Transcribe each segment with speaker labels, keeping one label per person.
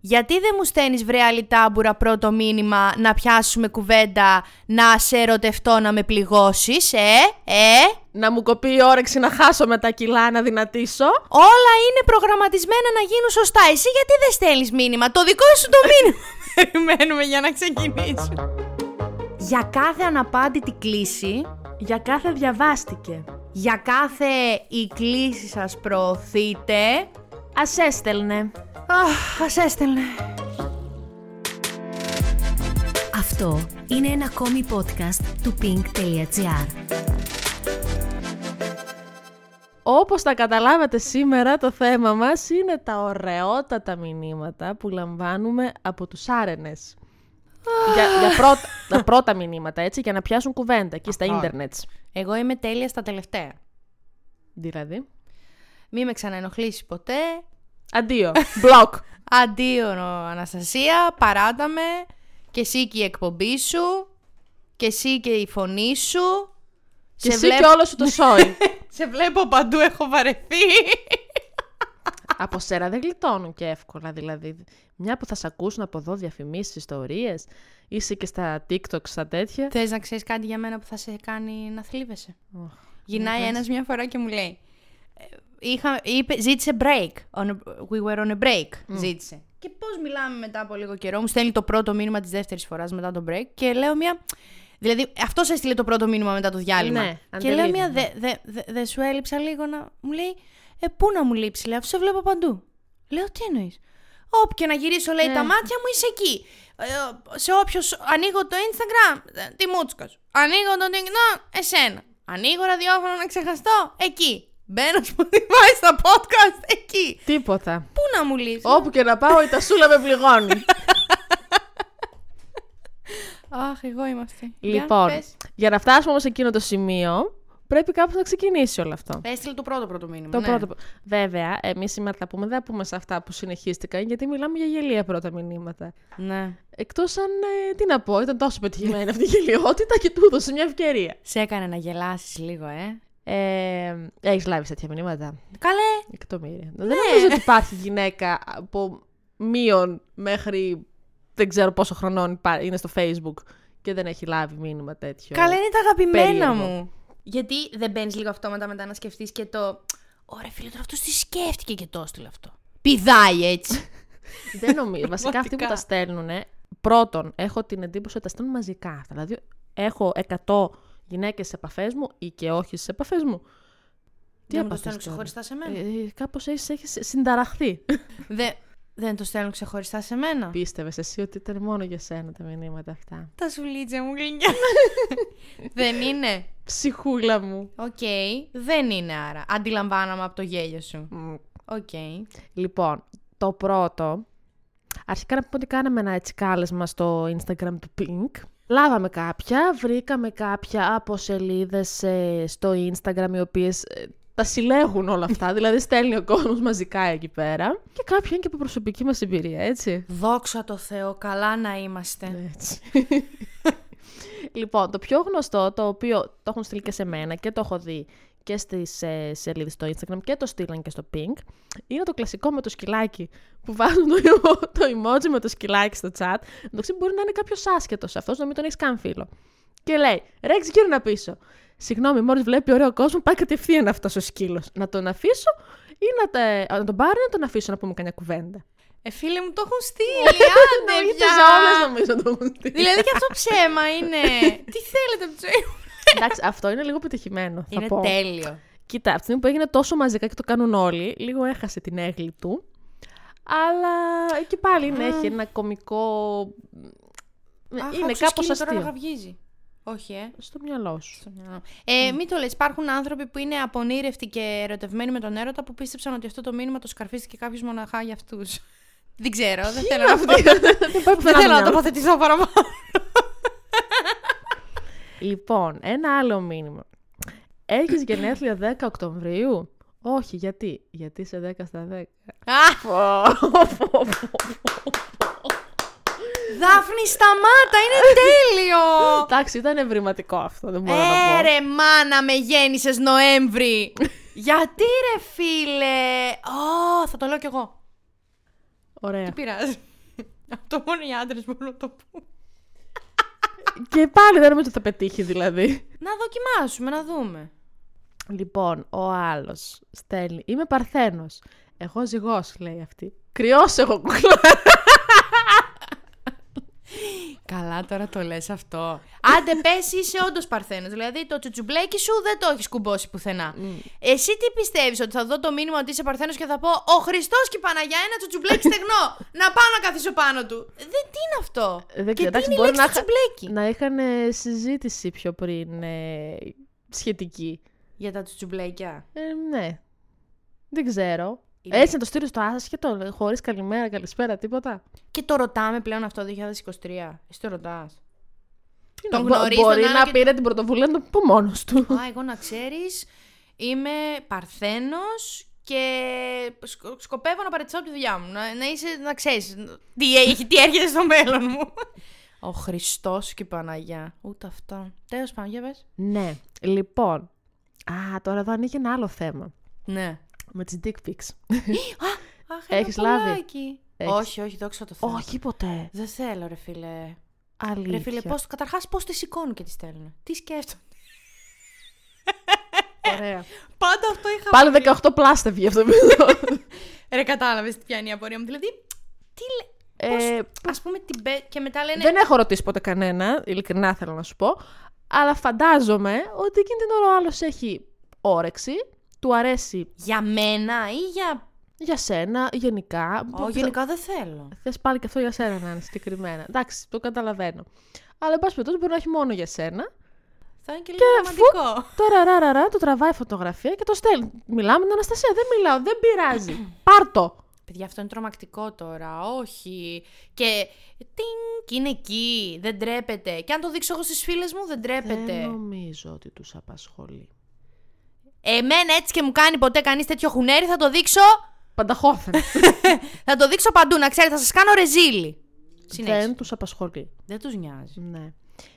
Speaker 1: Γιατί δεν μου στέλνεις βρε άλλη τάμπουρα πρώτο μήνυμα να πιάσουμε κουβέντα, να σε ερωτευτώ να με πληγώσεις, ε, ε.
Speaker 2: Να μου κοπεί η όρεξη να χάσω με τα κιλά, να δυνατήσω.
Speaker 1: Όλα είναι προγραμματισμένα να γίνουν σωστά. Εσύ γιατί δεν στέλνεις μήνυμα, το δικό σου το μήνυμα. Περιμένουμε για να ξεκινήσουμε. Για κάθε αναπάντητη κλίση,
Speaker 2: Για κάθε διαβάστηκε.
Speaker 1: για κάθε η κλίση σας προωθείτε,
Speaker 2: Ας έστελνε.
Speaker 1: αχ, ας έστελνε.
Speaker 3: Αυτό είναι ένα ακόμη podcast του pink.gr.
Speaker 2: Όπως τα καταλάβατε σήμερα, το θέμα μας είναι τα ωραιότατα μηνύματα που λαμβάνουμε από τους άρενες. για, για πρώτα, τα πρώτα μηνύματα, έτσι, για να πιάσουν κουβέντα εκεί στα ίντερνετ.
Speaker 1: Εγώ είμαι τέλεια στα τελευταία.
Speaker 2: Δηλαδή.
Speaker 1: Μη με ξαναενοχλήσεις ποτέ,
Speaker 2: Αντίο. Μπλοκ.
Speaker 1: Αντίο Αναστασία, παράτα με. Και εσύ και η εκπομπή σου. Και εσύ και η φωνή σου.
Speaker 2: και εσύ και όλο σου το σόι.
Speaker 1: σε βλέπω παντού, έχω βαρεθεί.
Speaker 2: από σέρα δεν γλιτώνουν και εύκολα, δηλαδή. Μια που θα σε ακούσουν από εδώ διαφημίσεις, ιστορίες, είσαι και στα TikTok, στα τέτοια.
Speaker 1: Θες να ξέρεις κάτι για μένα που θα σε κάνει να θλίβεσαι.
Speaker 2: Οχ,
Speaker 1: Γυρνάει ένας μια φορά και μου λέει. ε, Είχα, είπε, ζήτησε break. On a- we were on a break. Ζήτησε. Και πώς μιλάμε μετά από λίγο καιρό. Μου στέλνει το πρώτο μήνυμα της δεύτερης φοράς μετά το break και λέω μια. Δηλαδή, αυτός έστειλε το πρώτο μήνυμα μετά το διάλειμμα.
Speaker 2: Ναι,
Speaker 1: και λέω μια.
Speaker 2: αντελήφθη.
Speaker 1: Δεν δε, δε, δε σου έλειψα λίγο να. Μου λέει. Ε, πού να μου λείψει, λέω, αφού σε βλέπω παντού. Λέω, τι εννοείς. Όπου και να γυρίσω, λέει, τα μάτια μου είσαι εκεί. Ε, σε όποιο. σ- Ανοίγω το Instagram, ε, τη μούτσκα σου. Ανοίγω το TikTok, εσένα. Ανοίγω ραδιόφωνο να ξεχαστώ, εκεί. Μπαίνω Spotify στα podcast, εκεί.
Speaker 2: Τίποτα.
Speaker 1: Πού να μου λείψει.
Speaker 2: Όπου και να πάω η τασούλα με πληγώνει.
Speaker 1: Αχ, εγώ είμαστε.
Speaker 2: λοιπόν, για να φτάσουμε όμως σε εκείνο το σημείο, πρέπει κάπως να ξεκινήσει όλο αυτό.
Speaker 1: Έστειλε το πρώτο ναι. πρώτο μήνυμα.
Speaker 2: Το πρώτο. Βέβαια, εμείς σήμερα θα πούμε, δεν θα πούμε σε αυτά που συνεχίστηκαν, γιατί μιλάμε για γελία πρώτα μηνύματα.
Speaker 1: Ναι.
Speaker 2: Εκτός αν. ε, τι να πω, ήταν τόσο πετυχημένη αυτή η γελιότητα και του έδωσε μια ευκαιρία.
Speaker 1: Σε έκανε να γελάσεις λίγο, ε.
Speaker 2: Ε, Έχεις λάβει τέτοια μηνύματα.
Speaker 1: Καλέ.
Speaker 2: Εκτομήρια. Δεν νομίζω ότι υπάρχει γυναίκα από μείον μέχρι δεν ξέρω πόσο χρονών υπά- είναι στο Facebook και δεν έχει λάβει μήνυμα τέτοιο.
Speaker 1: Καλά είναι τα αγαπημένα
Speaker 2: περίεργο.
Speaker 1: μου. Γιατί δεν μπαίνεις λίγο αυτόματα μετά να σκεφτείς και το. Ωραία, φίλε, τώρα αυτός τις σκέφτηκε και το έστειλε αυτό. Πηδάει έτσι.
Speaker 2: Δεν νομίζω. Βασικά αυτοί που τα στέλνουν, πρώτον, έχω την εντύπωση ότι τα στέλνουν μαζικά. αυτά. Δηλαδή, έχω 100 γυναίκε στι επαφές μου ή και όχι στι επαφές μου.
Speaker 1: Δεν μου το
Speaker 2: απαντάς
Speaker 1: στέλνουν
Speaker 2: τώρα?
Speaker 1: ξεχωριστά σε μένα.
Speaker 2: Ε, Κάπως έχεις συνταραχθεί.
Speaker 1: Ε, Δε- δεν το στέλνουν ξεχωριστά σε μένα.
Speaker 2: Πίστευες εσύ ότι ήταν μόνο για σένα τα μηνύματα αυτά.
Speaker 1: Τα σουλίτσα μου γλυκιά. δεν είναι.
Speaker 2: Ψυχούλα μου.
Speaker 1: Οκ. Δεν είναι άρα. Αντιλαμβάνομαι από το γέλιο σου.
Speaker 2: Μμ.
Speaker 1: Οκ.
Speaker 2: Λοιπόν, το πρώτο. Αρχικά να πούμε ότι κάναμε ένα έτσι κάλεσμα στο Instagram του Pink. Λάβαμε κάποια, βρήκαμε κάποια από σελίδες στο Instagram οι οποίες τα συλλέγουν όλα αυτά. δηλαδή στέλνει ο κόσμος μαζικά εκεί πέρα. Και κάποια είναι και από προσωπική μας εμπειρία, έτσι.
Speaker 1: Δόξα τω Θεώ, καλά να είμαστε.
Speaker 2: Έτσι. λοιπόν, το πιο γνωστό, το οποίο το έχουν στείλει και σε μένα και το έχω δει και στις ε, σελίδες στο Instagram και το στείλαν και στο Pink, είναι το κλασικό με το σκυλάκι που βάζουν το, εμο- το emoji με το σκυλάκι στο chat. Εντάξει, μπορεί να είναι κάποιος άσχετο αυτός, να μην τον έχεις καν φίλο. Και λέει, Ρέξ, γύρνα πίσω. Συγγνώμη, μόλι βλέπει ωραίο κόσμο, πάει κατευθείαν αυτός ο σκύλος. Να τον αφήσω ή να, τα- να τον πάρω ή να τον αφήσω να πούμε καμιά κουβέντα.
Speaker 1: Ε, φίλε μου, το έχουν στείλει. Ε, Άντε,
Speaker 2: Εννοείται
Speaker 1: πια.
Speaker 2: όλες νομίζω το έχουν στείλει.
Speaker 1: Δηλαδή και αυτό ψέμα είναι. Τι θέλετε από τη ζωή μου.
Speaker 2: Εντάξει, αυτό είναι λίγο πετυχημένο. Θα
Speaker 1: Είναι
Speaker 2: πω.
Speaker 1: τέλειο.
Speaker 2: Κοίτα, από τη στιγμή που έγινε τόσο μαζικά και το κάνουν όλοι, λίγο έχασε την έγκλη του. Αλλά εκεί πάλι είναι, έχει ένα κωμικό. είναι κάπω αστείο.
Speaker 1: βγίζει. Όχι, ε.
Speaker 2: Στο μυαλό Ναι. σου.
Speaker 1: ε Μην το λες, υπάρχουν άνθρωποι που είναι απονήρευτοι και ερωτευμένοι με τον έρωτα που πίστεψαν ότι αυτό το μήνυμα το σκαρφίστηκε κάποιος μοναχά για αυτούς. Δεν ξέρω, δεν θέλω να πω-
Speaker 2: Δεν πάει
Speaker 1: Δεν θέλω
Speaker 2: πουθενά το
Speaker 1: να
Speaker 2: μυαλό.
Speaker 1: τοποθετηθώ παραπάνω.
Speaker 2: Λοιπόν, ένα άλλο μήνυμα. Έχεις γενέθλια 10 Οκτωβρίου. Όχι, γιατί. Γιατί σε 10 στα 10.
Speaker 1: Α, Δάφνη, σταμάτα, είναι τέλειο!
Speaker 2: Εντάξει, ήταν ευρηματικό αυτό, δεν μπορώ να
Speaker 1: Ε,
Speaker 2: πω.
Speaker 1: ρε μάνα με γέννησες Νοέμβρη. Γιατί ρε φίλε. Ω, θα το λέω κι εγώ.
Speaker 2: Ωραία.
Speaker 1: Δεν πειράζει. Αυτό μόνο οι άντρες μπορούν να το πούν.
Speaker 2: Και πάλι δεν νομίζω ότι θα πετύχει δηλαδή.
Speaker 1: Να δοκιμάσουμε, να δούμε.
Speaker 2: Λοιπόν, ο άλλος στέλνει. Είμαι παρθένος. Εγώ ζυγός, λέει αυτή. Κρυός εγώ κουκλά.
Speaker 1: Καλά, τώρα το λες αυτό. Άντε, πες, είσαι όντως παρθένος. Δηλαδή, το τσουτσουμπλέκι σου δεν το έχεις κουμπώσει πουθενά. Εσύ τι πιστεύεις, ότι θα δω το μήνυμα ότι είσαι παρθένος και θα πω Ο Χριστός και η Παναγιά ένα τσουτσουμπλέκι στεγνό. να πάω να καθίσω πάνω του. Δεν τι είναι αυτό.
Speaker 2: Δεν
Speaker 1: και
Speaker 2: ξέρω, εντάξει,
Speaker 1: τι είναι η
Speaker 2: μπορεί
Speaker 1: λέξη
Speaker 2: να είχα-
Speaker 1: τσουτσουμπλέκι.
Speaker 2: Να είχαν ε, συζήτηση πιο πριν ε, σχετική.
Speaker 1: Για τα τσουτσουμπλέκια.
Speaker 2: Ε, ναι. Δεν ξέρω.
Speaker 1: Είναι-
Speaker 2: Έτσι να το στείλει στο άσχετο, χωρίς καλημέρα, καλησπέρα, τίποτα.
Speaker 1: Και το ρωτάμε πλέον αυτό 2023. Εσύ το ρωτάς.
Speaker 2: Τι
Speaker 1: Τον
Speaker 2: να-
Speaker 1: γνωρίζει τον
Speaker 2: Μπορεί
Speaker 1: άλλο
Speaker 2: να
Speaker 1: και- ε.
Speaker 2: πήρε την πρωτοβουλία να το πει μόνος του.
Speaker 1: Α, εγώ να ξέρεις, είμαι παρθένος και σκο- σκοπεύω να παραιτηθώ από τη δουλειά μου. Να, να είσαι, να ξέρεις τι, έχει, τι έρχεται στο μέλλον μου. Ο Χριστός και η Παναγιά. Ούτε αυτό. Τέλος πάντων, για πες.
Speaker 2: ναι, λοιπόν. Α, τώρα εδώ ανοίγει ένα άλλο θέμα.
Speaker 1: Ναι.
Speaker 2: Με τις dick pics.
Speaker 1: Αχ,
Speaker 2: Έχεις
Speaker 1: ένα
Speaker 2: λάβει?
Speaker 1: πουλάκι.
Speaker 2: Έχεις.
Speaker 1: Όχι, όχι, δόξα τω Θεώ.
Speaker 2: Όχι ποτέ.
Speaker 1: Δεν θέλω, ρε φίλε.
Speaker 2: Αλήθεια.
Speaker 1: Ρε φίλε, πώς, καταρχάς πώς τις σηκώνουν και τις στέλνουν. Τι σκέφτονται.
Speaker 2: Ωραία.
Speaker 1: Πάντα αυτό είχα
Speaker 2: Ε, Πάλι 18 πλάστε βγει
Speaker 1: Ε,
Speaker 2: αυτό το βίντεο.
Speaker 1: Ρε κατάλαβες τι πιάνει η απορία μου. Δηλαδή, τι λέ...
Speaker 2: Ε,
Speaker 1: Ας πούμε την μπε... και μετά λένε
Speaker 2: Δεν έχω ρωτήσει ποτέ κανένα, ειλικρινά θέλω να σου πω. Αλλά φαντάζομαι ότι εκείνη την ώρα ο άλλος έχει όρεξη, του αρέσει
Speaker 1: Για μένα ή για.
Speaker 2: για σένα, γενικά.
Speaker 1: Ω, γενικά δεν θέλω.
Speaker 2: Θες πάλι και αυτό για σένα να είναι συγκεκριμένα. Εντάξει, το καταλαβαίνω. Αλλά εν πάση περιπτώσει μπορεί να έχει μόνο για σένα.
Speaker 1: Θα είναι και λίγο ρομαντικό.
Speaker 2: Τώρα ρα, ρα, ρα, του τραβάει φωτογραφία και το στέλνει. Μιλάμε με την Αναστασία. Δεν μιλάω, δεν πειράζει. Πάρτο.
Speaker 1: Παιδιά, αυτό είναι τρομακτικό τώρα. Όχι. Και. Τινκ, είναι εκεί. Δεν τρέπεται. Και αν το δείξω εγώ στις φίλες μου, δεν
Speaker 2: Δεν
Speaker 1: τρέπεται.
Speaker 2: νομίζω ότι τους απασχολεί.
Speaker 1: Εμένα έτσι και μου κάνει ποτέ κανείς τέτοιο χουνέρι, θα το δείξω.
Speaker 2: Πανταχώθεν.
Speaker 1: Θα το δείξω παντού. Να ξέρετε, θα σας κάνω ρεζίλι. Συνέχισε.
Speaker 2: δεν τους απασχολεί.
Speaker 1: Δεν τους νοιάζει.
Speaker 2: Ναι.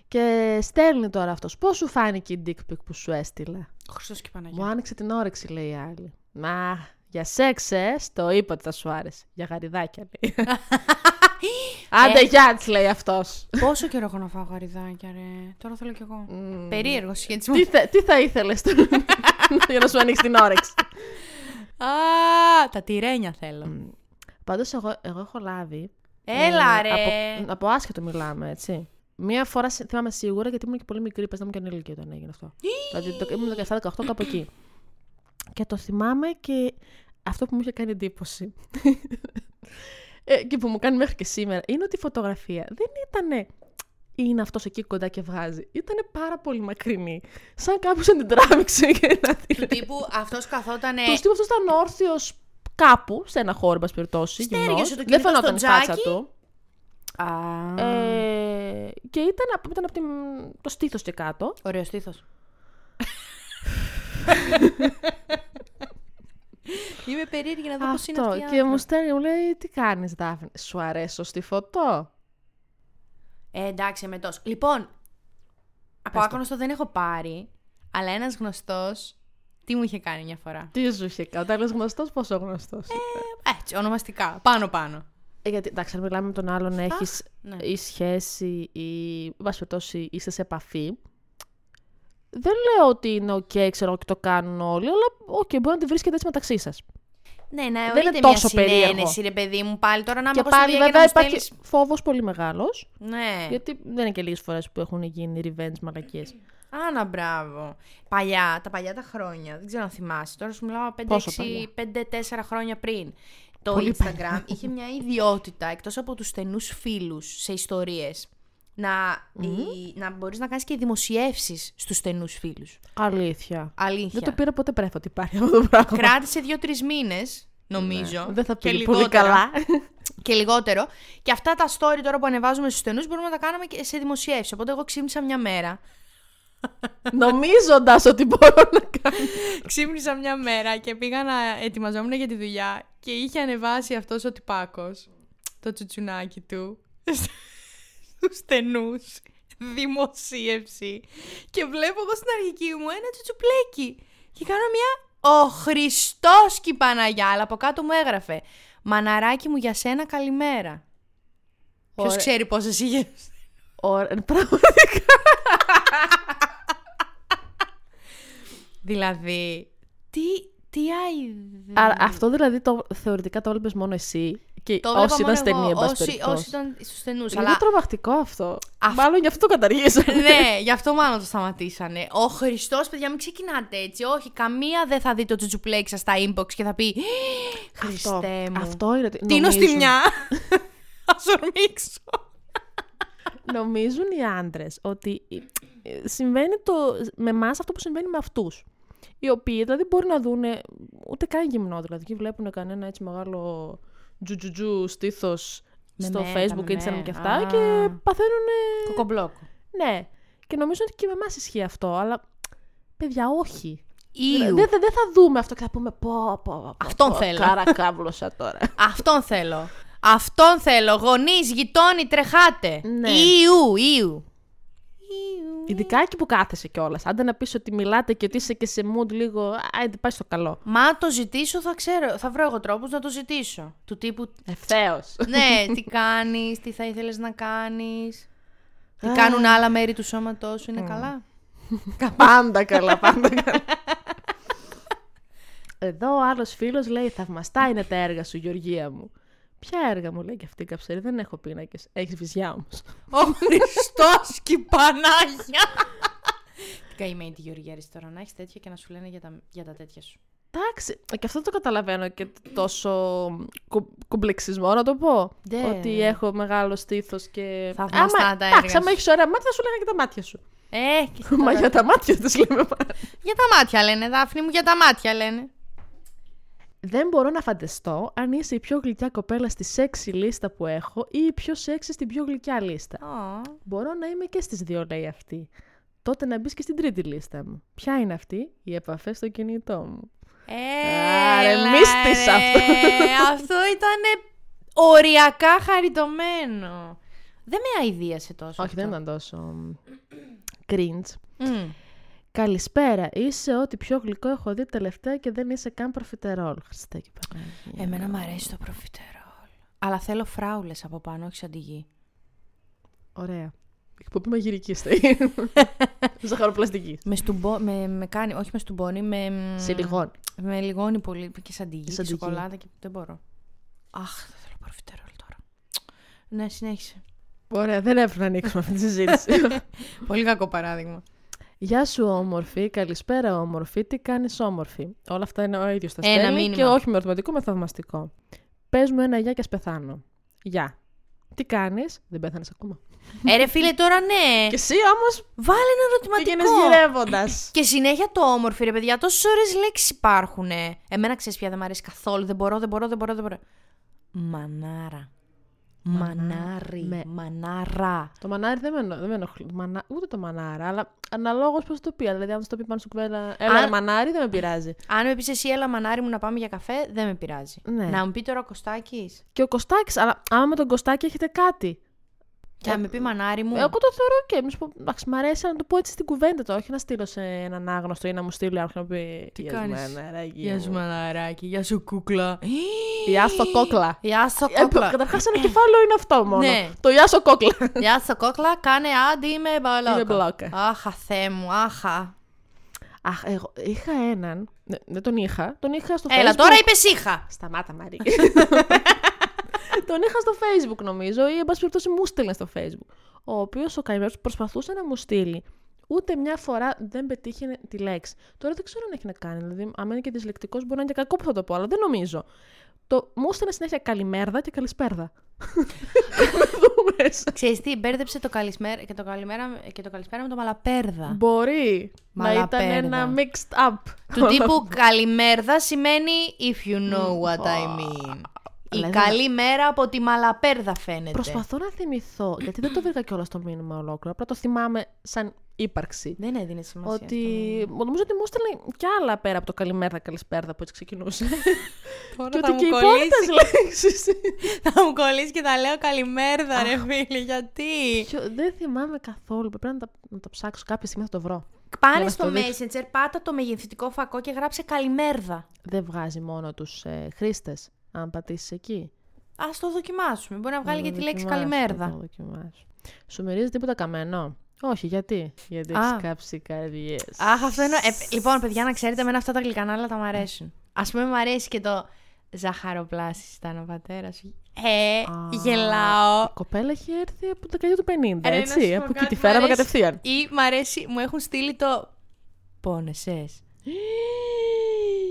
Speaker 2: Και στέλνει τώρα αυτός. Πώς σου φάνηκε η dick pic που σου έστειλα.
Speaker 1: Χριστός και
Speaker 2: Μου
Speaker 1: Παναγία.
Speaker 2: άνοιξε την όρεξη, λέει η άλλη. Μα, για σεξ, ε, το είπα ότι θα σου άρεσε. Για γαριδάκια, λέει. Άντε, γεια της, λέει αυτός.
Speaker 1: Πόσο καιρό έχω να φάω γαριδάκια, ρε. Τώρα θέλω κι εγώ. Περίεργο σχέδιο.
Speaker 2: τι, θα, τι θα ήθελες τώρα, για να σου ανοίξει την όρεξη.
Speaker 1: Α, τα τυρένια θέλω.
Speaker 2: Πάντως, εγώ, εγώ έχω λάβει... ε,
Speaker 1: Έλα, ρε.
Speaker 2: Από, από άσχετο μιλάμε, έτσι. Μία φορά σι- θυμάμαι σίγουρα γιατί ήμουν και πολύ μικρή, πες να μου και ανήλικη όταν έγινε αυτό. δηλαδή το, ήμουν 17-18 κάπου εκεί. Και το θυμάμαι και αυτό που μου είχε κάνει εντύπωση ε, και που μου κάνει μέχρι και σήμερα είναι ότι η φωτογραφία δεν ήταν είναι αυτός εκεί κοντά και βγάζει. Ήταν πάρα πολύ μακρινή. Σαν κάποιος να την τράβηξε και να την...
Speaker 1: Του τύπου αυτός καθόταν.
Speaker 2: Το στίβο αυτός ήταν όρθιος κάπου, σε ένα χώρο, εν πάση περιπτώσει,
Speaker 1: Στέργεσε
Speaker 2: γυμνός.
Speaker 1: το
Speaker 2: Δεν
Speaker 1: κινητό
Speaker 2: φαινόταν η
Speaker 1: στο
Speaker 2: φάτσα
Speaker 1: τζάκι.
Speaker 2: του. Ε,
Speaker 1: Mm.
Speaker 2: και ήταν, από- ήταν από την, το στήθος και κάτω.
Speaker 1: Ωραίο στήθος. Είμαι περίεργη να δω πώς είναι αυτή. η
Speaker 2: και
Speaker 1: άκρη.
Speaker 2: μου στέλνει, μου λέει, τι κάνεις Δάφνη, σου αρέσω στη φωτό.
Speaker 1: Ε, εντάξει, με τόσο. Λοιπόν, από
Speaker 2: το.
Speaker 1: άγνωστο δεν έχω πάρει, αλλά ένας γνωστός. Τι μου είχε κάνει μια φορά.
Speaker 2: Τι σου είχε κάνει, όταν λες γνωστός, πόσο γνωστός.
Speaker 1: Ε,
Speaker 2: ήταν.
Speaker 1: Έτσι, ονομαστικά. Πάνω-πάνω.
Speaker 2: Ε, γιατί, εντάξει, αν μιλάμε με τον άλλον, έχεις
Speaker 1: ναι.
Speaker 2: η σχέση ή, εν πάση περιπτώσει, είστε σε επαφή. Δεν λέω ότι είναι οκ, ξέρω, και το κάνουν όλοι, αλλά οκ, μπορεί να τη βρίσκετε έτσι μεταξύ σας.
Speaker 1: Ναι, να
Speaker 2: είναι
Speaker 1: ορείτε μια
Speaker 2: τόσο περίεργο.
Speaker 1: συνένεση, ρε παιδί μου, πάλι τώρα να είμαι
Speaker 2: και
Speaker 1: από στη
Speaker 2: πάλι,
Speaker 1: δουλειά και
Speaker 2: βέβαια,
Speaker 1: να μου
Speaker 2: υπάρχει
Speaker 1: στέλνεις-
Speaker 2: φόβος πολύ μεγάλος,
Speaker 1: Ναι.
Speaker 2: γιατί δεν είναι και λίγες φορές που έχουν γίνει revenge μαλακίες.
Speaker 1: Ε. Άνα, μπράβο. Παλιά, τα παλιά τα χρόνια. Δεν ξέρω αν θυμάσαι. Τώρα σου μιλάω
Speaker 2: Πόσο παλιά?
Speaker 1: 5-4 χρόνια πριν. Το
Speaker 2: Πολύ
Speaker 1: Instagram
Speaker 2: παλιά.
Speaker 1: είχε μια ιδιότητα εκτός από τους στενούς φίλους σε ιστορίες. Να, η- να μπορείς να κάνεις και δημοσιεύσεις στους στενούς φίλους.
Speaker 2: Αλήθεια.
Speaker 1: Αλήθεια.
Speaker 2: Δεν το πήρα ποτέ πρέφα ότι υπάρχει αυτό το πράγμα.
Speaker 1: Κράτησε 2-3 μήνες, νομίζω.
Speaker 2: Ναι. Δεν θα
Speaker 1: και
Speaker 2: πήγε πολύ
Speaker 1: λιγότερα.
Speaker 2: καλά.
Speaker 1: και λιγότερο. Και αυτά τα story τώρα που ανεβάζουμε στους στενούς μπορούμε να τα κάνουμε και σε δημοσιεύσεις. Οπότε εγώ ξύπνησα μια μέρα
Speaker 2: Νομίζοντας ότι μπορώ να κάνω.
Speaker 1: Ξύπνησα μια μέρα και πήγα να ετοιμαζόμουν για τη δουλειά και είχε ανεβάσει αυτός ο τυπάκος το τσουτσουνάκι του στους στενούς δημοσίευση και βλέπω εγώ στην αρχική μου ένα τσουτσουπλέκι και κάνω μια «Ο Χριστός και η Παναγιά» αλλά από κάτω μου έγραφε «Μαναράκι μου για σένα καλημέρα». Ποιος
Speaker 2: Ωραία.
Speaker 1: ξέρει πόσε είχε.
Speaker 2: Ωρα- Πραγματικά.
Speaker 1: Δηλαδή. Τι, τι αηδή.
Speaker 2: Άρα, αυτό δηλαδή το, θεωρητικά το έβλεπες μόνο εσύ. Και
Speaker 1: Το
Speaker 2: όσοι
Speaker 1: βλέπα
Speaker 2: ήταν
Speaker 1: μόνο εγώ,
Speaker 2: στενοί, εν πάση
Speaker 1: όσοι,
Speaker 2: περιπτώσει.
Speaker 1: όσοι ήταν στους στενούς.
Speaker 2: Είναι
Speaker 1: Αλλά
Speaker 2: τρομακτικό αυτό.
Speaker 1: Αυ-
Speaker 2: Μάλλον γι' αυτό καταργήσαμε.
Speaker 1: ναι, γι' αυτό μάλλον το σταματήσανε. Ο Χριστός, παιδιά, μην ξεκινάτε έτσι. Όχι, καμία δεν θα δει το τσουτσουπλέκι σας στα inbox και θα πει Χριστέ
Speaker 2: αυτό,
Speaker 1: μου.
Speaker 2: αυτό είναι. ότι-
Speaker 1: Τίνω στη
Speaker 2: νομίζουν-
Speaker 1: μια. Α ορμήξω.
Speaker 2: Νομίζουν οι άντρες ότι ε, συμβαίνει το, με εμάς αυτό που συμβαίνει με αυτούς. Οι οποίοι δηλαδή μπορεί να δουν ούτε καν γυμνό, δηλαδή και βλέπουν κανένα έτσι μεγάλο τζουτζουτζου στήθο
Speaker 1: Με
Speaker 2: στο
Speaker 1: με, τα
Speaker 2: Facebook,
Speaker 1: με
Speaker 2: Instagram
Speaker 1: με.
Speaker 2: και αυτά
Speaker 1: Α.
Speaker 2: και παθαίνουν.
Speaker 1: Κοκομπλόκο.
Speaker 2: Ναι. Και νομίζω ότι και με εμάς ισχύει αυτό, αλλά παιδιά, όχι.
Speaker 1: Ήου.
Speaker 2: Δεν δε, δε θα δούμε αυτό και θα πούμε πω, πω, πω
Speaker 1: Αυτόν
Speaker 2: πω,
Speaker 1: θέλω».
Speaker 2: Καρακάβλωσα τώρα.
Speaker 1: Αυτόν θέλω. Αυτόν θέλω. Γονείς, γειτόνι, τρεχάτε.
Speaker 2: Ναι.
Speaker 1: Ιου, ιου.
Speaker 2: Ειδικά εκεί που κάθεσαι κιόλας. Άντε να πεις ότι μιλάτε και ότι είσαι και σε mood λίγο. Άντε, πάει στο καλό.
Speaker 1: Μα το ζητήσω, θα ξέρω. Θα βρω εγώ τρόπους να το ζητήσω. Του τύπου.
Speaker 2: Ε, Ευθέως.
Speaker 1: ναι, τι κάνεις, τι θα ήθελες να κάνεις. Τι κάνουν άλλα μέρη του σώματός σου, είναι καλά.
Speaker 2: πάντα καλά, πάντα καλά. Εδώ ο άλλος φίλος λέει: Θαυμαστά είναι τα έργα σου, Γεωργία μου. Ποια έργα μου λέει και αυτή η καψερή, δεν έχω πίνακες. Έχεις βυζιά όμως.
Speaker 1: Ο Χριστός και η Πανάγια. Τι καημένη τη Γεωργία Ρης τώρα, να έχεις τέτοια και να σου λένε για τα, για τα τέτοια σου.
Speaker 2: Εντάξει, και αυτό το καταλαβαίνω και τόσο κο- κομπλεξισμό να το πω.
Speaker 1: Ναι.
Speaker 2: Ότι έχω μεγάλο στήθος και.
Speaker 1: Θαυμαστά
Speaker 2: Άμα-
Speaker 1: τα
Speaker 2: εντάξει,
Speaker 1: έργας
Speaker 2: άμα
Speaker 1: σου.
Speaker 2: έχεις ωραία μάτια, θα σου λέγα και τα μάτια σου.
Speaker 1: Ε, και εσύ
Speaker 2: Μα
Speaker 1: τώρα.
Speaker 2: για τα μάτια της λέμε πάντα.
Speaker 1: για τα μάτια λένε, Δάφνη μου, για τα μάτια λένε.
Speaker 2: Δεν μπορώ να φανταστώ αν είσαι η πιο γλυκιά κοπέλα στη σεξι λίστα που έχω ή η πιο σεξι στην πιο γλυκιά λίστα.
Speaker 1: Ω.
Speaker 2: Μπορώ να είμαι και στις δύο, λέει αυτή. Τότε να μπεις και στην τρίτη λίστα μου. Ποια είναι αυτή, οι επαφές στο κινητό μου. Άρε,
Speaker 1: ε, Έλα,
Speaker 2: μύστης
Speaker 1: ρε.
Speaker 2: αυτό.
Speaker 1: Αυτό ήταν οριακά χαριτωμένο. Δεν με αηδίασε τόσο.
Speaker 2: Όχι, δεν
Speaker 1: αυτό.
Speaker 2: ήταν τόσο. μ, cringe.
Speaker 1: Μμ.
Speaker 2: Καλησπέρα. Είσαι ό,τι πιο γλυκό έχω δει τελευταία και δεν είσαι καν προφιτερόλ. Χριστέ και Παναγία.
Speaker 1: Εμένα μου αρέσει το προφιτερόλ. Αλλά θέλω φράουλες από πάνω, όχι σαν τη γη.
Speaker 2: Ωραία. Εκπομπή ε. μαγειρική είστε. Ζαχαροπλαστική.
Speaker 1: Με, στουμπο... με, με κάνει, όχι με στουμπόνι, με. μ,
Speaker 2: Σε λιγόν.
Speaker 1: Με λιγώνει πολύ και σαν τη γη.
Speaker 2: Σαν
Speaker 1: και
Speaker 2: τη γη.
Speaker 1: σοκολάτα και δεν μπορώ. Αχ, δεν θέλω προφιτερόλ τώρα. Ναι, συνέχισε.
Speaker 2: Ωραία, δεν έπρεπε να ανοίξουμε αυτή τη συζήτηση.
Speaker 1: Πολύ κακό παράδειγμα.
Speaker 2: Γεια σου, όμορφη. Καλησπέρα, όμορφη. Τι κάνεις, όμορφη. Όλα αυτά είναι ο ίδιος τα
Speaker 1: Ένα
Speaker 2: στέλνει
Speaker 1: μήνυμα.
Speaker 2: και όχι με ερωτηματικό, με θαυμαστικό. Πες μου ένα γεια και ας πεθάνω. Γεια. Τι κάνεις, δεν πέθανες ακόμα.
Speaker 1: ε, ρε φίλε, τώρα ναι.
Speaker 2: Και εσύ όμως
Speaker 1: Βάλε ένα ερωτηματικό.
Speaker 2: πήγαινες γυρεύοντας.
Speaker 1: Και συνέχεια το όμορφη, ρε παιδιά, τόσες ώρε λέξει υπάρχουν. Εμένα ξέρεις πια δεν μ' αρέσει καθόλου. Δεν μπορώ, δεν μπορώ, δεν μπορώ, δεν μπορώ. Μανάρα. Μανάρι.
Speaker 2: Με-
Speaker 1: Μανάρα.
Speaker 2: το μανάρι δεν με, ενο- δεν με ενοχλεί. Μανα- ούτε το μανάρα, αλλά αναλόγως πώς το πει. Δηλαδή, αν σου το πει πάνω σου κουβέλα. Έλα,
Speaker 1: Αν-
Speaker 2: ρε μανάρι, δεν με πειράζει.
Speaker 1: Αν με πεις εσύ, έλα μανάρι μου να πάμε για καφέ, δεν με πειράζει.
Speaker 2: Ναι.
Speaker 1: Να μου πει τώρα ο Κωστάκης.
Speaker 2: Και ο Κωστάκης, αλλά άμα με τον Κωστάκη έχετε κάτι.
Speaker 1: Και να με πει μανάρι μου.
Speaker 2: Εγώ το θεωρώ και μη σου πω, εντάξει, μ' αρέσει να το πω έτσι στην κουβέντα το, όχι να στείλω σε έναν άγνωστο ή να μου στείλει άρχο να πει «Γεια σου,
Speaker 1: κάνεις?
Speaker 2: μαναράκι
Speaker 1: Γεια
Speaker 2: μου».
Speaker 1: σου μαναράκι, γεια σου κούκλα.
Speaker 2: Γεια στο κόκλα.
Speaker 1: Γεια σου
Speaker 2: Ε,
Speaker 1: κόκλα.
Speaker 2: Καταρχάς ένα κεφάλαιο είναι αυτό μόνο.
Speaker 1: Ναι.
Speaker 2: Το γεια σου κόκλα.
Speaker 1: Γεια σου κόκλα, κάνε άντι με μπαλόκα.
Speaker 2: Είμαι μπλόκα.
Speaker 1: Άχα, θέ μου, άχα.
Speaker 2: Αχ, εγώ είχα έναν, ναι, δεν τον είχα, τον είχα στο facebook.
Speaker 1: Έλα, τώρα είπες είχα.
Speaker 2: Σταμάτα Μαρή. τον είχα στο facebook νομίζω ή εν πάση περιπτώσει μου στείλε στο facebook. Ο οποίος ο καημένος προσπαθούσε να μου στείλει. Ούτε μια φορά δεν πετύχαινε τη λέξη. Τώρα δεν ξέρω αν έχει να κάνει. Δηλαδή, αν είναι και δυσλεκτικός μπορεί να είναι και κακό που θα το πω, αλλά δεν νομίζω. Το μου στέλνε συνέχεια καλημέρδα και καλησπέρδα. Μέσα.
Speaker 1: Ξέρεις τι, μπέρδεψε το καλησπέρα και το, καλημέρα, και το καλησπέρα με το μαλαπέρδα.
Speaker 2: Μπορεί να
Speaker 1: Μαλαπέρδα.
Speaker 2: ήταν ένα mixed up.
Speaker 1: του τύπου καλημέρδα σημαίνει if you know what I mean. Η
Speaker 2: Δηλαδή-
Speaker 1: καλή μέρα από τη μαλαπέρδα φαίνεται.
Speaker 2: Προσπαθώ να θυμηθώ, γιατί δεν το βρήκα κιόλας το μήνυμα ολόκληρο. Απλά το θυμάμαι σαν ύπαρξη.
Speaker 1: Δεν έδινε σημασία. ναι.
Speaker 2: ότι. Νομίζω ότι μου έστελνε κι άλλα πέρα από το καλημέρα, καλησπέρδα που έτσι ξεκινούσε.
Speaker 1: Τώρα
Speaker 2: και ότι και οι υπόλοιπε λέξεις.
Speaker 1: θα μου κολλήσει και τα λέω καλημέρδα ρε φίλοι, γιατί.
Speaker 2: Δεν θυμάμαι καθόλου. Πρέπει να τα, να τα ψάξω κάποια στιγμή, θα το βρω. Για
Speaker 1: Πάνε
Speaker 2: να
Speaker 1: στο
Speaker 2: το δείξω.
Speaker 1: Messenger, πάτα το μεγεθυντικό φακό και γράψε καλημέρδα.
Speaker 2: Δεν βγάζει μόνο τους ε, χρήστες, αν πατήσεις εκεί.
Speaker 1: Ας το δοκιμάσουμε. Μπορεί να βγάλει
Speaker 2: Θα
Speaker 1: και
Speaker 2: το
Speaker 1: τη λέξη
Speaker 2: δοκιμάσω, θα
Speaker 1: καλημέρδα.
Speaker 2: το δοκιμάσω. Σου μυρίζει τίποτα καμένο. Όχι, γιατί. Γιατί
Speaker 1: Α.
Speaker 2: έχεις κάψει καρδιές.
Speaker 1: Αχ, αυτό είναι. Ε, λοιπόν, παιδιά, να ξέρετε, εμένα αυτά τα γλυκανάλα τα μ' αρέσουν. Ας πούμε, μου αρέσει και το ζαχαροπλάσι ήταν ο πατέρας. Ε, γελάω.
Speaker 2: Η κοπέλα έχει έρθει από τα δεκαετία του 50,
Speaker 1: Ρε, Ε, να σου
Speaker 2: έτσι.
Speaker 1: πω
Speaker 2: Από εκεί
Speaker 1: κάτι,
Speaker 2: τη
Speaker 1: μ'
Speaker 2: φέραμε
Speaker 1: αρέσει.
Speaker 2: κατευθείαν.
Speaker 1: Ή μ' αρέσει, μου έχουν στείλει το. Πόνεσαι.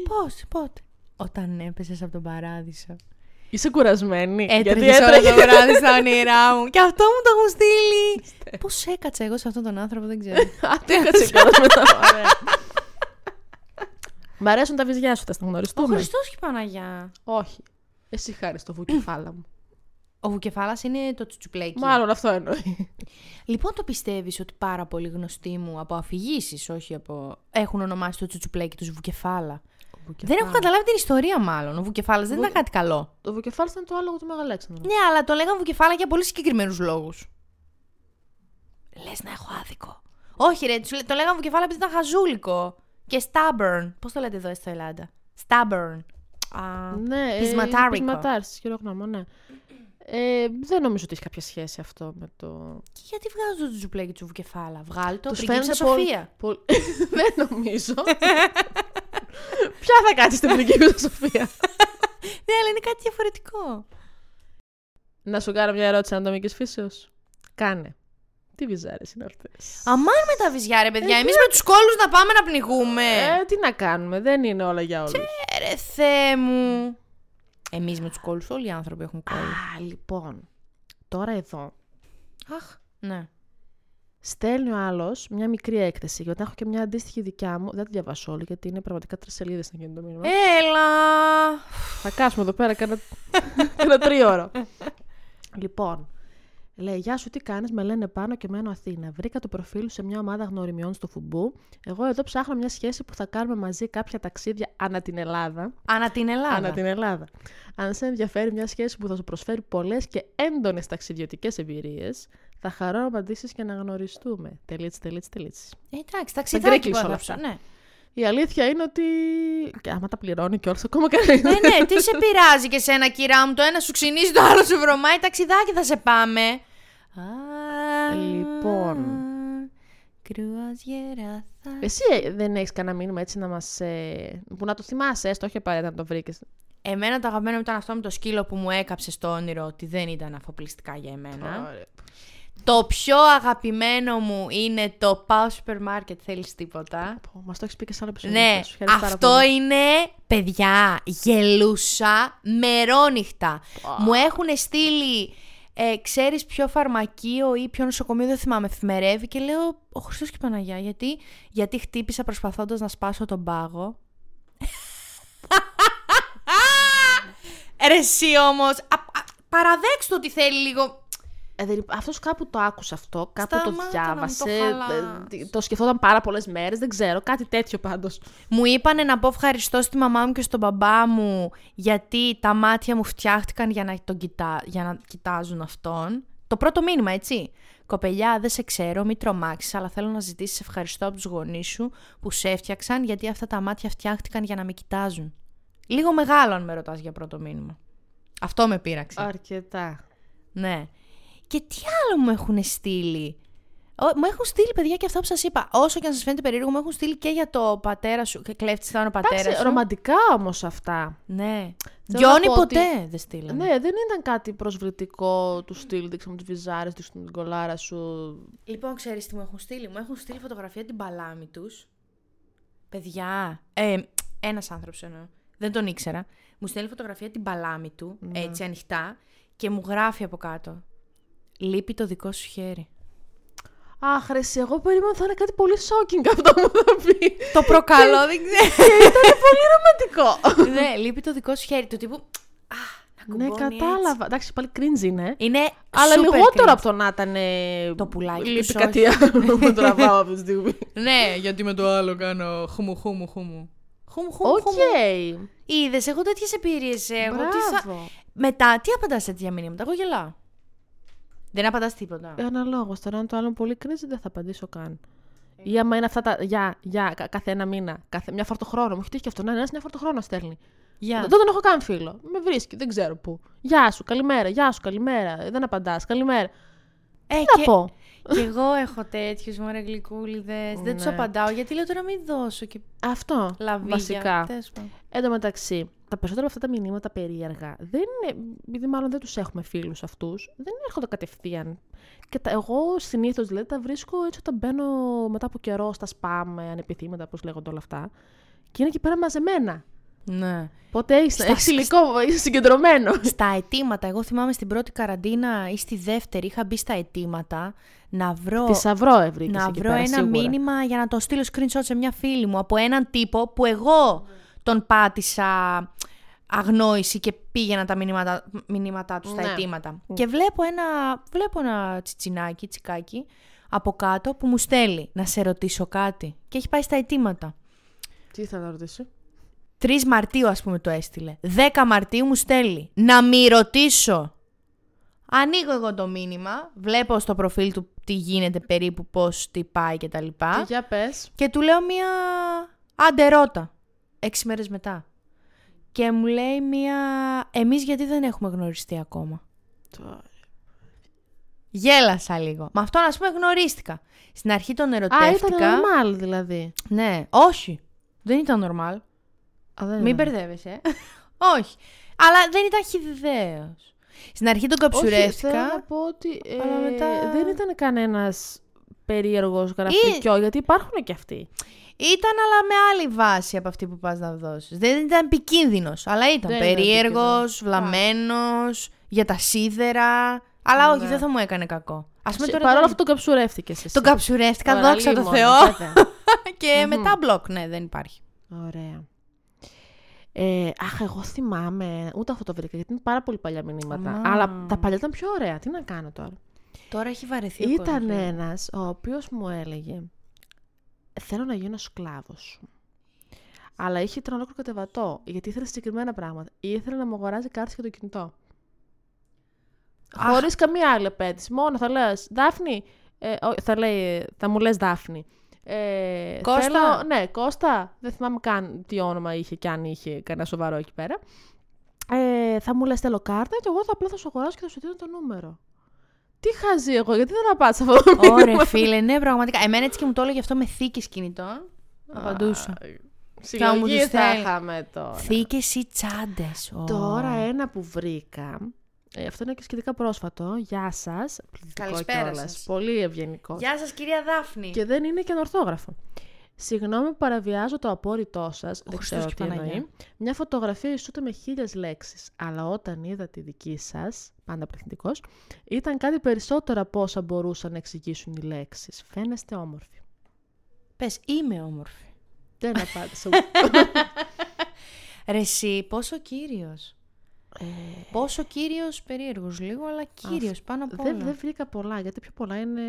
Speaker 1: Πώ, πότε. Όταν έπεσες από τον παράδεισο.
Speaker 2: Είσαι κουρασμένη. γιατί
Speaker 1: Έτρεχε όλο
Speaker 2: έτρεχε.
Speaker 1: Ε, το βράδυ στα όνειρά μου. Και αυτό μου το έχουν στείλει. Πώς έκατσα εγώ σε αυτόν τον άνθρωπο, δεν ξέρω.
Speaker 2: Α, το έκατσε κιόλας μετά. Ωραία. Μ' αρέσουν τα βυζιά σου, θα στα
Speaker 1: Ο
Speaker 2: γνωριστούμε.
Speaker 1: Χριστός και η Παναγιά.
Speaker 2: Όχι. Εσύ χάρη στο βουκεφάλα μου.
Speaker 1: Ο Βουκεφάλας είναι το τσουτσουπλέκι.
Speaker 2: Μάλλον αυτό εννοεί.
Speaker 1: Λοιπόν, το πιστεύεις ότι πάρα πολύ γνωστοί μου από αφηγήσεις, όχι από. έχουν ονομάσει το τσουτσουπλέκι τους Βουκεφάλα. Δεν έχω καταλάβει την ιστορία, μάλλον. Ο Βουκεφάλα δεν ήταν κάτι καλό.
Speaker 2: Το βουκεφάλα ήταν το άλογο του Μεγαλέξανδρου.
Speaker 1: Ναι, αλλά το λέγανε Βουκεφάλα για πολύ συγκεκριμένους λόγους. Λες να έχω άδικο. Όχι, ρε, τους λέ- το λέγανε Βουκεφάλα επειδή ήταν χαζούλικο. Και stubborn. Πώς το λέτε εδώ στην Ελλάδα. Stubborn. Α,
Speaker 2: Ναι, ε,
Speaker 1: Πεισματάρικο.
Speaker 2: πεισματάρης, χειρόγνωμο, ναι. Ε, δεν νομίζω ότι έχει κάποια σχέση αυτό με το.
Speaker 1: Και γιατί βγάζω το τσουτσουπλέκι του Βουκεφάλα. Βγάλει το
Speaker 2: Τους
Speaker 1: πριγκίψα
Speaker 2: πολύ-
Speaker 1: Σοφία.
Speaker 2: πολύ- δεν νομίζω. Ποια θα κάτσεις στην πριγκίπισσα Σοφία.
Speaker 1: Ναι, αλλά είναι κάτι διαφορετικό.
Speaker 2: Να σου κάνω μια ερώτηση ανατομικής φύσεως. Κάνε. Τι βυζάρες είναι αυτές.
Speaker 1: Αμάν με τα βυζιά, ρε παιδιά. Εμεί με τους κόλου να πάμε να πνιγούμε.
Speaker 2: Ε, τι να κάνουμε, δεν είναι όλα για όλους.
Speaker 1: Ε, ρε Θεέ μου. Εμείς με τους κόλου, όλοι οι άνθρωποι έχουν κόλλους.
Speaker 2: Α, λοιπόν. Τώρα εδώ
Speaker 1: Αχ. Ναι.
Speaker 2: στέλνει ο άλλος μια μικρή έκθεση. Γιατί έχω και μια αντίστοιχη δικιά μου. Δεν τη διαβάσω όλη, γιατί είναι πραγματικά τρεις σελίδες να γίνει το μήνυμα.
Speaker 1: Έλα.
Speaker 2: Θα κάτσουμε εδώ πέρα κάνα, κάνα τρίωρο. λοιπόν, λέει, γεια σου, τι κάνεις, με λένε πάνω και μένω Αθήνα. Βρήκα το προφίλ σου σε μια ομάδα γνωριμιών στο Φουμπού. Εγώ εδώ ψάχνω μια σχέση που θα κάνουμε μαζί κάποια ταξίδια ανά την Ελλάδα.
Speaker 1: Ανά την Ελλάδα.
Speaker 2: Ανά την Ελλάδα. Αν σε ενδιαφέρει μια σχέση που θα σου προσφέρει πολλές και έντονες ταξιδιωτικές εμπειρίες, θα χαρώ να απαντήσεις και να γνωριστούμε. Τελίτσι, τελίτσι, τελίτσι.
Speaker 1: Ε, εντάξει, ταξιδάκι
Speaker 2: γκρίκλεις
Speaker 1: που
Speaker 2: όλα
Speaker 1: έγραψα,
Speaker 2: αυτά.
Speaker 1: Ναι.
Speaker 2: Η αλήθεια είναι ότι. Και άμα τα πληρώνει κιόλας, ακόμα καλύτερα.
Speaker 1: ναι, ναι, τι σε πειράζει και σένα, κυρά μου. Το ένα σου ξυνίζει, το άλλο σου βρωμάει. Ταξιδάκι θα σε πάμε. Α,
Speaker 2: Λοιπόν.
Speaker 1: κρουαζιέρα θα-
Speaker 2: Εσύ ε, δεν έχεις κανένα μήνυμα έτσι να μας. Ε, που να το θυμάσαι, έστω, όχι απαραίτητα να το βρήκες.
Speaker 1: Εμένα το αγαπημένο μου ήταν αυτό με το σκύλο που μου έκαψε στο όνειρο ότι δεν ήταν αφοπλιστικά για εμένα. Το πιο αγαπημένο μου είναι το πάω σούπερ μάρκετ, θέλεις τίποτα.
Speaker 2: Μας το έχεις πει και σε άλλο επεισόδιο.
Speaker 1: Ναι,
Speaker 2: σου χαίρομαι πάρα
Speaker 1: αυτό
Speaker 2: πολύ.
Speaker 1: είναι, παιδιά, γελούσα μερόνυχτα. Μου έχουν στείλει, ε, ξέρεις ποιο φαρμακείο ή ποιο νοσοκομείο, δεν θυμάμαι, εφημερεύει και λέω, ο Χριστός και η Παναγιά, γιατί, γιατί χτύπησα προσπαθώντας να σπάσω τον πάγο. Ρε εσύ όμως, α, α, παραδέξτε ότι θέλει λίγο...
Speaker 2: Ε, δεν υπά- αυτός κάπου το άκουσε αυτό, κάπου
Speaker 1: Σταμάτα να
Speaker 2: το
Speaker 1: μου το
Speaker 2: διάβασε.
Speaker 1: χαλάς.
Speaker 2: ε, το σκεφτόταν πάρα πολλές μέρες, δεν ξέρω, κάτι τέτοιο πάντως.
Speaker 1: Μου είπανε να πω ευχαριστώ στη μαμά μου και στον μπαμπά μου γιατί τα μάτια μου φτιάχτηκαν για να, τον κοιτά, για να κοιτάζουν αυτόν. Το πρώτο μήνυμα, έτσι. Κοπελιά, δεν σε ξέρω, μην τρομάξεις, αλλά θέλω να ζητήσεις ευχαριστώ από τους γονείς σου που σε έφτιαξαν γιατί αυτά τα μάτια φτιάχτηκαν για να με κοιτάζουν. Λίγο μεγάλο, αν με ρωτάς για πρώτο μήνυμα. Αυτό με πείραξε.
Speaker 2: Αρκετά.
Speaker 1: Ναι. Και τι άλλο μου έχουν στείλει. Ο- μου έχουν στείλει, παιδιά, και αυτά που σας είπα. Όσο και αν σας φαίνεται περίεργο, μου έχουν στείλει και για το πατέρα σου. και Κλέφτης ήταν ο πατέρα
Speaker 2: Εντάξει,
Speaker 1: σου.
Speaker 2: ρομαντικά όμως αυτά.
Speaker 1: Ναι.
Speaker 2: να
Speaker 1: Γιόνι
Speaker 2: πω
Speaker 1: ποτέ δεν στείλανε.
Speaker 2: Ναι, δεν ήταν κάτι προσβλητικό του στυλ. Δείξαμε τι βυζάρε, δείξαμε την κολάρα σου.
Speaker 1: Λοιπόν, ξέρεις τι μου έχουν στείλει. Μου έχουν στείλει φωτογραφία την παλάμη τους. Παιδιά. Ε, Ένας άνθρωπος εννοώ. Δεν τον ήξερα. Μου στέλνει φωτογραφία την παλάμη του,
Speaker 2: Ναι.
Speaker 1: έτσι ανοιχτά, και μου γράφει από κάτω. Λείπει το δικό σου χέρι.
Speaker 2: Αχ, ρε, εσύ, εγώ περίμενα ότι θα είναι κάτι πολύ shocking αυτό που θα πει.
Speaker 1: Το προκαλώ, δεν ξέρω.
Speaker 2: Ρομαντικό.
Speaker 1: ναι, λείπει το δικό σου χέρι. Του τύπου. Α, να
Speaker 2: Ναι,
Speaker 1: κουμπώνει
Speaker 2: κατάλαβα. Εντάξει, πάλι cringe είναι.
Speaker 1: έτσι. Είναι
Speaker 2: Αλλά
Speaker 1: super
Speaker 2: λιγότερο
Speaker 1: cringe.
Speaker 2: από το να ήταν. ε,
Speaker 1: Το πουλάκι
Speaker 2: Λείπει
Speaker 1: τους,
Speaker 2: κάτι άλλο που τραβάω αυτή τη στιγμή.
Speaker 1: Ναι, γιατί με το άλλο κάνω χουμου χουμου χουμου. Χουμου χουμου
Speaker 2: Οκ.
Speaker 1: χουμου. Είδες, εγώ τέτοιες εμπειρίες έχω. Τι θα-
Speaker 2: Μπράβο.
Speaker 1: Μετά, τι απαντάς σε τέτοια μηνύματα, εγώ γελάω. Δεν απαντάς τίποτα.
Speaker 2: Ε, Αναλόγω τώρα, αν το άλλο είναι πολύ cringe, δεν θα απαντήσω καν.
Speaker 1: Ε.
Speaker 2: Ή άμα είναι αυτά τα για, για, κα- κάθε ένα μήνα, κάθε, μια φορά το χρόνο. Μου έχει τύχει και αυτό. Ναι, ένας μια φορά το χρόνο στέλνει.
Speaker 1: Γεια.
Speaker 2: Δεν τον έχω καν φίλο. Με βρίσκει, δεν ξέρω πού. Γεια σου, καλημέρα, γεια σου, καλημέρα. Ε, Δεν απαντάς, καλημέρα.
Speaker 1: Ε,
Speaker 2: Τι να
Speaker 1: και-
Speaker 2: πω.
Speaker 1: Κι εγώ έχω τέτοιους μωρέ γλυκούλιδες. Δεν τους
Speaker 2: Ναι.
Speaker 1: απαντάω γιατί λέω τώρα μην δώσω και
Speaker 2: Αυτό.
Speaker 1: λαβίδια.
Speaker 2: Βασικά.
Speaker 1: Τέλος πάντων.
Speaker 2: Εν τω μεταξύ, τα περισσότερα από αυτά τα μηνύματα περίεργα δεν είναι. Επειδή μάλλον δεν τους έχουμε φίλους αυτούς, δεν έρχονται κατευθείαν. Και τα, εγώ συνήθως δηλαδή τα βρίσκω έτσι όταν μπαίνω μετά από καιρό στα spam, ε, ανεπιθύμητα, πώ λέγονται όλα αυτά. Και είναι εκεί πέρα μαζεμένα.
Speaker 1: Ναι.
Speaker 2: Οπότε έχει
Speaker 1: Στα-
Speaker 2: έχεις υλικό, είσαι συγκεντρωμένο.
Speaker 1: Στα αιτήματα, εγώ θυμάμαι στην πρώτη καραντίνα ή στη δεύτερη, είχα μπει στα αιτήματα να βρω,
Speaker 2: Θησαυρό ευρύ.
Speaker 1: να βρω ένα μήνυμα για να το στείλω screenshot σε μια φίλη μου από έναν τύπο που εγώ τον πάτησα αγνόηση και πήγαινα τα μηνύματα, μηνύματά τους στα
Speaker 2: Ναι.
Speaker 1: αιτήματα. Και βλέπω ένα, βλέπω ένα τσιτσινάκι, τσικάκι από κάτω που μου στέλνει να σε ρωτήσω κάτι. Και έχει πάει στα αιτήματα.
Speaker 2: Τι ήθελα να ρωτήσω.
Speaker 1: 3 Μαρτίου, ας πούμε, το έστειλε. 10 Μαρτίου μου στέλνει. Να μη ρωτήσω. Ανοίγω εγώ το μήνυμα, βλέπω στο προφίλ του τι γίνεται περίπου, πώς, τι πάει και τα λοιπά.
Speaker 2: Για πες.
Speaker 1: Και του λέω μία αντερότα. Έξι μέρες μετά. Και μου λέει μία... Εμείς γιατί δεν έχουμε γνωριστεί ακόμα. Γέλασα λίγο. Με αυτόν, ας πούμε, γνωρίστηκα. Στην αρχή τον
Speaker 2: Α, ήταν
Speaker 1: ερωτεύτηκα.
Speaker 2: normal δηλαδή.
Speaker 1: ναι, όχι. Δεν ήταν normal.
Speaker 2: Α, δεν
Speaker 1: Μην
Speaker 2: είναι.
Speaker 1: μπερδεύεσαι. Όχι. Αλλά δεν ήταν χιδαίο. Στην αρχή τον
Speaker 2: Όχι,
Speaker 1: καψουρεύτηκα.
Speaker 2: θέλω να πω ότι ε,
Speaker 1: αλλά μετά-
Speaker 2: δεν ήταν κανένας περίεργος γραφτικιό, γιατί υπάρχουν και αυτοί.
Speaker 1: Ήταν αλλά με άλλη βάση από αυτή που πας να δώσεις. Δεν ήταν επικίνδυνος, αλλά ήταν
Speaker 2: Δεν ήταν
Speaker 1: περίεργος,
Speaker 2: επικίνδυνος.
Speaker 1: βλαμμένος, για τα σίδερα. Αλλά όχι,
Speaker 2: Ναι.
Speaker 1: δεν θα μου έκανε κακό. Ας πούμε
Speaker 2: Σε-
Speaker 1: τώρα.
Speaker 2: Παρόλο
Speaker 1: ήταν-
Speaker 2: αυτό τον καψουρεύτηκες εσύ.
Speaker 1: Τον καψουρεύτηκα,
Speaker 2: Ωραία,
Speaker 1: δόξα τω
Speaker 2: λίμωνο,
Speaker 1: Θεώ.
Speaker 2: βέβαια. Ναι.
Speaker 1: και μετά μπλοκ, ναι, δεν υπάρχει.
Speaker 2: Ωραία. Ε, αχ, εγώ θυμάμαι, ούτε αυτό το βρήκα, γιατί είναι πάρα πολύ παλιά μηνύματα.
Speaker 1: Αμά.
Speaker 2: Αλλά τα παλιά ήταν πιο ωραία, τι να κάνω τώρα.
Speaker 1: Τώρα έχει βαρεθεί. ο
Speaker 2: Ήταν
Speaker 1: κόσμος.
Speaker 2: ένας ο οποίος μου έλεγε «Θέλω να γίνω σκλάβος σου». Αλλά είχε τον ολόκληρο κατεβατό, γιατί ήθελε συγκεκριμένα πράγματα. Ήθελε να μου αγοράζει κάρτες για το κινητό.
Speaker 1: Αχ.
Speaker 2: Χωρίς καμία άλλη απέτηση. Μόνο θα λες «Δάφνη», ε, ό, θα, λέει, θα μου λες «Δάφνη». Ε,
Speaker 1: Κώστα.
Speaker 2: θέλω- ναι, Κώστα. Δεν θυμάμαι καν τι όνομα είχε και αν είχε κανένα σοβαρό εκεί πέρα. Ε, θα μου λες θέλω κάρτα και εγώ θα απλά θα σου αγοράσω και θα σου δίνω το νούμερο. Τι χαζή εγώ, γιατί δεν απάντησα αυτό το μήνυμα.
Speaker 1: Ωρε φίλε, ναι, πραγματικά. Εμένα έτσι και μου το έλεγε αυτό με θήκες κινητών. Απαντούσα.
Speaker 2: Συλλογή
Speaker 1: μου τους
Speaker 2: θα
Speaker 1: στέλνει.
Speaker 2: είχαμε τώρα.
Speaker 1: Θήκες ή τσάντες.
Speaker 2: Τώρα ε. ένα που βρήκα. ε, αυτό είναι και σχετικά πρόσφατο. Γεια σας.
Speaker 1: Καλησπέρα σας.
Speaker 2: Πολύ ευγενικός.
Speaker 1: Γεια σας, κυρία Δάφνη.
Speaker 2: Και δεν είναι και ανορθόγραφο. Συγγνώμη που παραβιάζω το απόρριτό σας. Δεν
Speaker 1: Χριστός
Speaker 2: ξέρω
Speaker 1: και
Speaker 2: τι
Speaker 1: Παναγιά.
Speaker 2: εννοεί. Μια φωτογραφία ισούται με χίλιες λέξεις. Αλλά όταν είδα τη δική σας, πάντα πληθυντικό, ήταν κάτι περισσότερο από όσα μπορούσαν να εξηγήσουν οι λέξεις. Φαίνεστε όμορφοι.
Speaker 1: Πες, είμαι όμορφη.
Speaker 2: Δεν απάντησα.
Speaker 1: Ρε εσύ, πόσο κύριος.
Speaker 2: Ε.
Speaker 1: Πόσο κύριος περίεργος, λίγο, αλλά κύριος πάνω από όλα.
Speaker 2: Δεν, δεν βρήκα πολλά, γιατί πιο πολλά είναι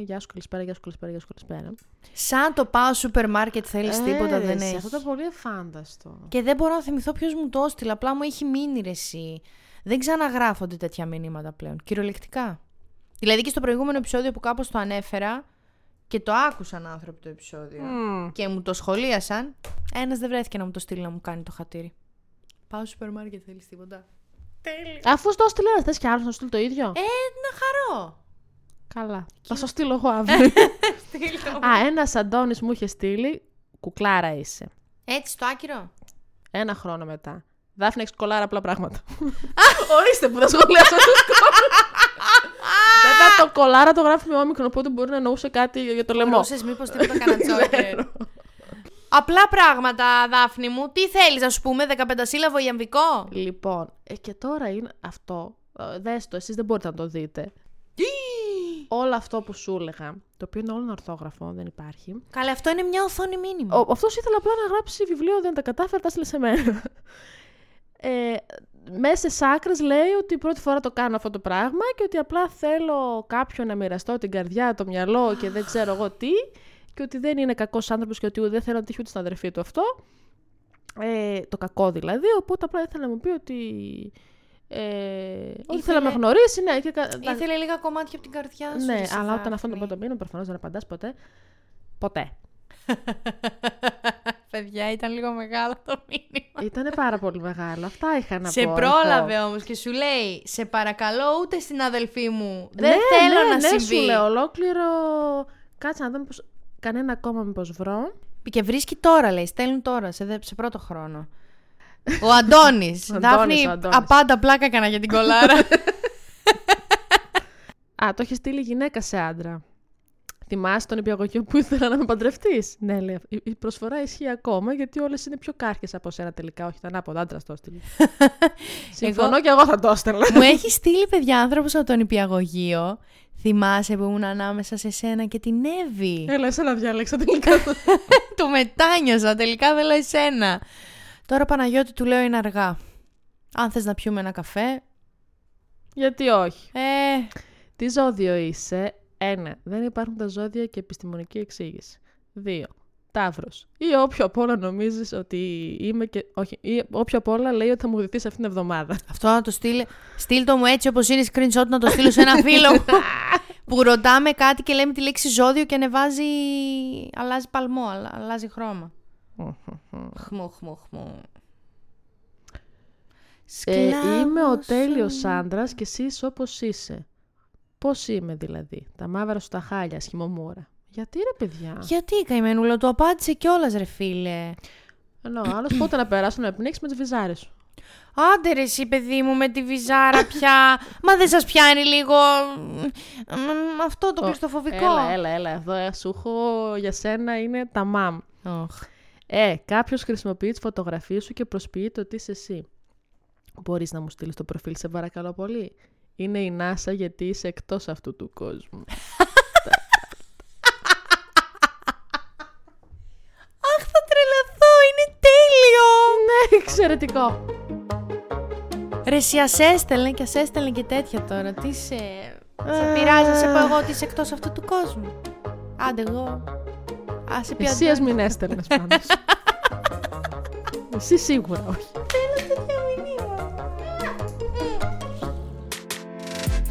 Speaker 2: γεια σου, καλησπέρα, γεια σου, καλησπέρα, γεια σου, καλησπέρα.
Speaker 1: Σαν το πάω σούπερ μάρκετ, θέλεις
Speaker 2: Ε,
Speaker 1: τίποτα,
Speaker 2: ρε,
Speaker 1: δεν
Speaker 2: εσύ,
Speaker 1: έχεις.
Speaker 2: Αυτό ήταν πολύ εφάνταστο.
Speaker 1: Και δεν μπορώ να θυμηθώ ποιος μου το έστειλε. Απλά μου έχει μείνει ρε εσύ. Δεν ξαναγράφονται τέτοια μηνύματα πλέον. Κυριολεκτικά. Δηλαδή και στο προηγούμενο επεισόδιο που κάπως το ανέφερα και το άκουσαν άνθρωποι το επεισόδιο.
Speaker 2: Mm.
Speaker 1: και μου το σχολίασαν, ένας δεν βρέθηκε να μου το στείλει να μου κάνει το χατήρι. Πάω στο σούπερ μάρκετ, θέλεις τίποτα.
Speaker 2: Αφού στο έστειλε ένα, θες και άλλος να στείλει το ίδιο.
Speaker 1: Ε, να χαρώ.
Speaker 2: Καλά. Θα σου στείλω εγώ αύριο. Α, ένας Αντώνης μου είχε στείλει. Κουκλάρα είσαι.
Speaker 1: Έτσι, το άκυρο.
Speaker 2: Ένα χρόνο μετά. Δάφνη, έχεις κολλάρα απλά πράγματα. Ορίστε που θα σχολιάσω το σκόλο. Βέβαια, το κολλάρα το γράφει με όμικρο, οπότε μπορεί να εννοούσε κάτι για το λαιμό.
Speaker 1: Μπορούσε μήπως τίποτα
Speaker 2: Ναι,
Speaker 1: κανατσόκερ. Απλά πράγματα, Δάφνη μου. Τι θέλεις να σου πούμε, 15 σύλλαβο ή αμβικό.
Speaker 2: Λοιπόν, ε, και τώρα είναι αυτό. Ε, Δες το, εσείς δεν μπορείτε να το δείτε. Όλο αυτό που σου έλεγα, το οποίο είναι όλο ορθόγραφο, δεν υπάρχει.
Speaker 1: Καλά, αυτό είναι μια οθόνη μήνυμα.
Speaker 2: Ο, αυτός ήθελε απλά να γράψει βιβλίο, δεν τα κατάφερε, τα έστειλε σε μένα. Ε, μέσα σε άκρες λέει ότι πρώτη φορά το κάνω αυτό το πράγμα και ότι απλά θέλω κάποιον να μοιραστώ την καρδιά, το μυαλό και δεν ξέρω εγώ τι και ότι δεν είναι κακός άνθρωπος και ότι δεν θέλω να τύχει ούτε στην αδερφή του αυτό. Ε, το κακό δηλαδή, οπότε απλά ήθελα να μου πει ότι... Ε, Ότι θέλει να με
Speaker 1: Ήθελε-
Speaker 2: γνωρίσει, ναι. Και, κα- τα-
Speaker 1: Ήθελε λίγα κομμάτια από την καρδιά σου.
Speaker 2: ναι,
Speaker 1: ρε εσύ,
Speaker 2: αλλά όταν
Speaker 1: Δάφνη.
Speaker 2: αυτό το πρώτο μήνυμα προφανώς δεν απαντάς ποτέ. Ποτέ.
Speaker 1: Παιδιά, ήταν λίγο μεγάλο το μήνυμα.
Speaker 2: Ήταν πάρα πολύ μεγάλο. Αυτά είχα να
Speaker 1: σε
Speaker 2: πω.
Speaker 1: πρόλαβε όμως και σου λέει: Σε παρακαλώ, ούτε στην αδελφή μου.
Speaker 2: Ναι,
Speaker 1: Δεν θέλω
Speaker 2: ναι,
Speaker 1: να
Speaker 2: ναι,
Speaker 1: συμβεί.
Speaker 2: Σου λέω, ολόκληρο. Κάτσε να δω μήπως... κανένα ακόμα μήπως βρω.
Speaker 1: Και βρίσκει τώρα, λέει. Στέλνουν τώρα, σε, δε- σε πρώτο χρόνο. Ο Αντώνης.
Speaker 2: Ο Αντώνης,
Speaker 1: Δάφνη,
Speaker 2: ο Αντώνης.
Speaker 1: απάντα πλάκα έκανα για την κολάρα.
Speaker 2: Α, το είχε στείλει γυναίκα σε άντρα. Θυμάσαι τον υπηαγωγείο που ήθελα να με παντρευτείς. Ναι, λέει. Η η προσφορά ισχύει ακόμα γιατί όλες είναι πιο κάρχε από σένα τελικά. Όχι, ήταν από άντρα το έστειλε. Συμφωνώ και εγώ θα το έστελνα.
Speaker 1: Μου έχει στείλει παιδιά άνθρωπος από τον υπηαγωγείο. Θυμάσαι που ήμουν ανάμεσα σε σένα και την Εύη.
Speaker 2: Έλα, εσένα διάλεξα τελικά.
Speaker 1: το μετάνιωσα. Τελικά δεν λέω εσένα. Τώρα Παναγιώτη του λέω είναι αργά. Αν θες να πιούμε ένα καφέ.
Speaker 2: γιατί όχι.
Speaker 1: Ε,
Speaker 2: Τι ζώδιο είσαι. Ένα. Δεν υπάρχουν τα ζώδια και επιστημονική εξήγηση. Δύο. Ταύρο. Ή όποιο απ' όλα νομίζεις ότι είμαι και. Όχι. Ή όποιο απ' όλα λέει ότι θα μου δοθεί αυτήν την εβδομάδα.
Speaker 1: αυτό να το στείλει. Στείλ το μου έτσι όπως είναι screenshot να το στείλω σε ένα φίλο μου. που ρωτάμε κάτι και λέμε τη λέξη ζώδιο και ανεβάζει. Αλλάζει παλμό, αλλά, αλλάζει χρώμα. Χμού, χμού, χμού.
Speaker 2: Ε,
Speaker 1: Σκλάβος
Speaker 2: είμαι ο
Speaker 1: σου.
Speaker 2: τέλειος άντρας και εσύ είσαι όπως είσαι. Πώς είμαι δηλαδή. Τα μαύρα σου τα χάλια, σχημομούρα. Γιατί ρε παιδιά.
Speaker 1: Γιατί η καημενούλα του απάντησε κιόλας, ρε φίλε.
Speaker 2: Ενώ ο άλλος πότε να περάσουν να πνίξει με τις βυζάρες σου.
Speaker 1: Άντε ρε εσύ παιδί μου με τη βυζάρα πια. Μα δεν σας πιάνει λίγο μ, αυτό το
Speaker 2: Ω,
Speaker 1: κλειστοφοβικό.
Speaker 2: Έλα, έλα, έλα. Εδώ ε, σου έχω για σένα είναι τα μαμ. Ε, κάποιος χρησιμοποιεί τις φωτογραφίες σου και προσποιεί το τι είσαι εσύ. Μπορείς να μου στείλεις το προφίλ, σε παρακαλώ πολύ. Είναι η NASA γιατί είσαι εκτός αυτού του κόσμου.
Speaker 1: Αχ θα τρελαθώ, είναι τέλειο.
Speaker 2: ναι, εξαιρετικό.
Speaker 1: Ρε εσύ ας έστελνε και ας έστελνε και τέτοια τώρα. Τι σε...
Speaker 2: Ε.
Speaker 1: σε πειράζει, να σε πω εγώ ότι είσαι εκτός αυτού του κόσμου. Άντε εγώ. Ας σε πει
Speaker 2: Εσύ ας μην έστελνες πάντως. Εσύ σίγουρα όχι.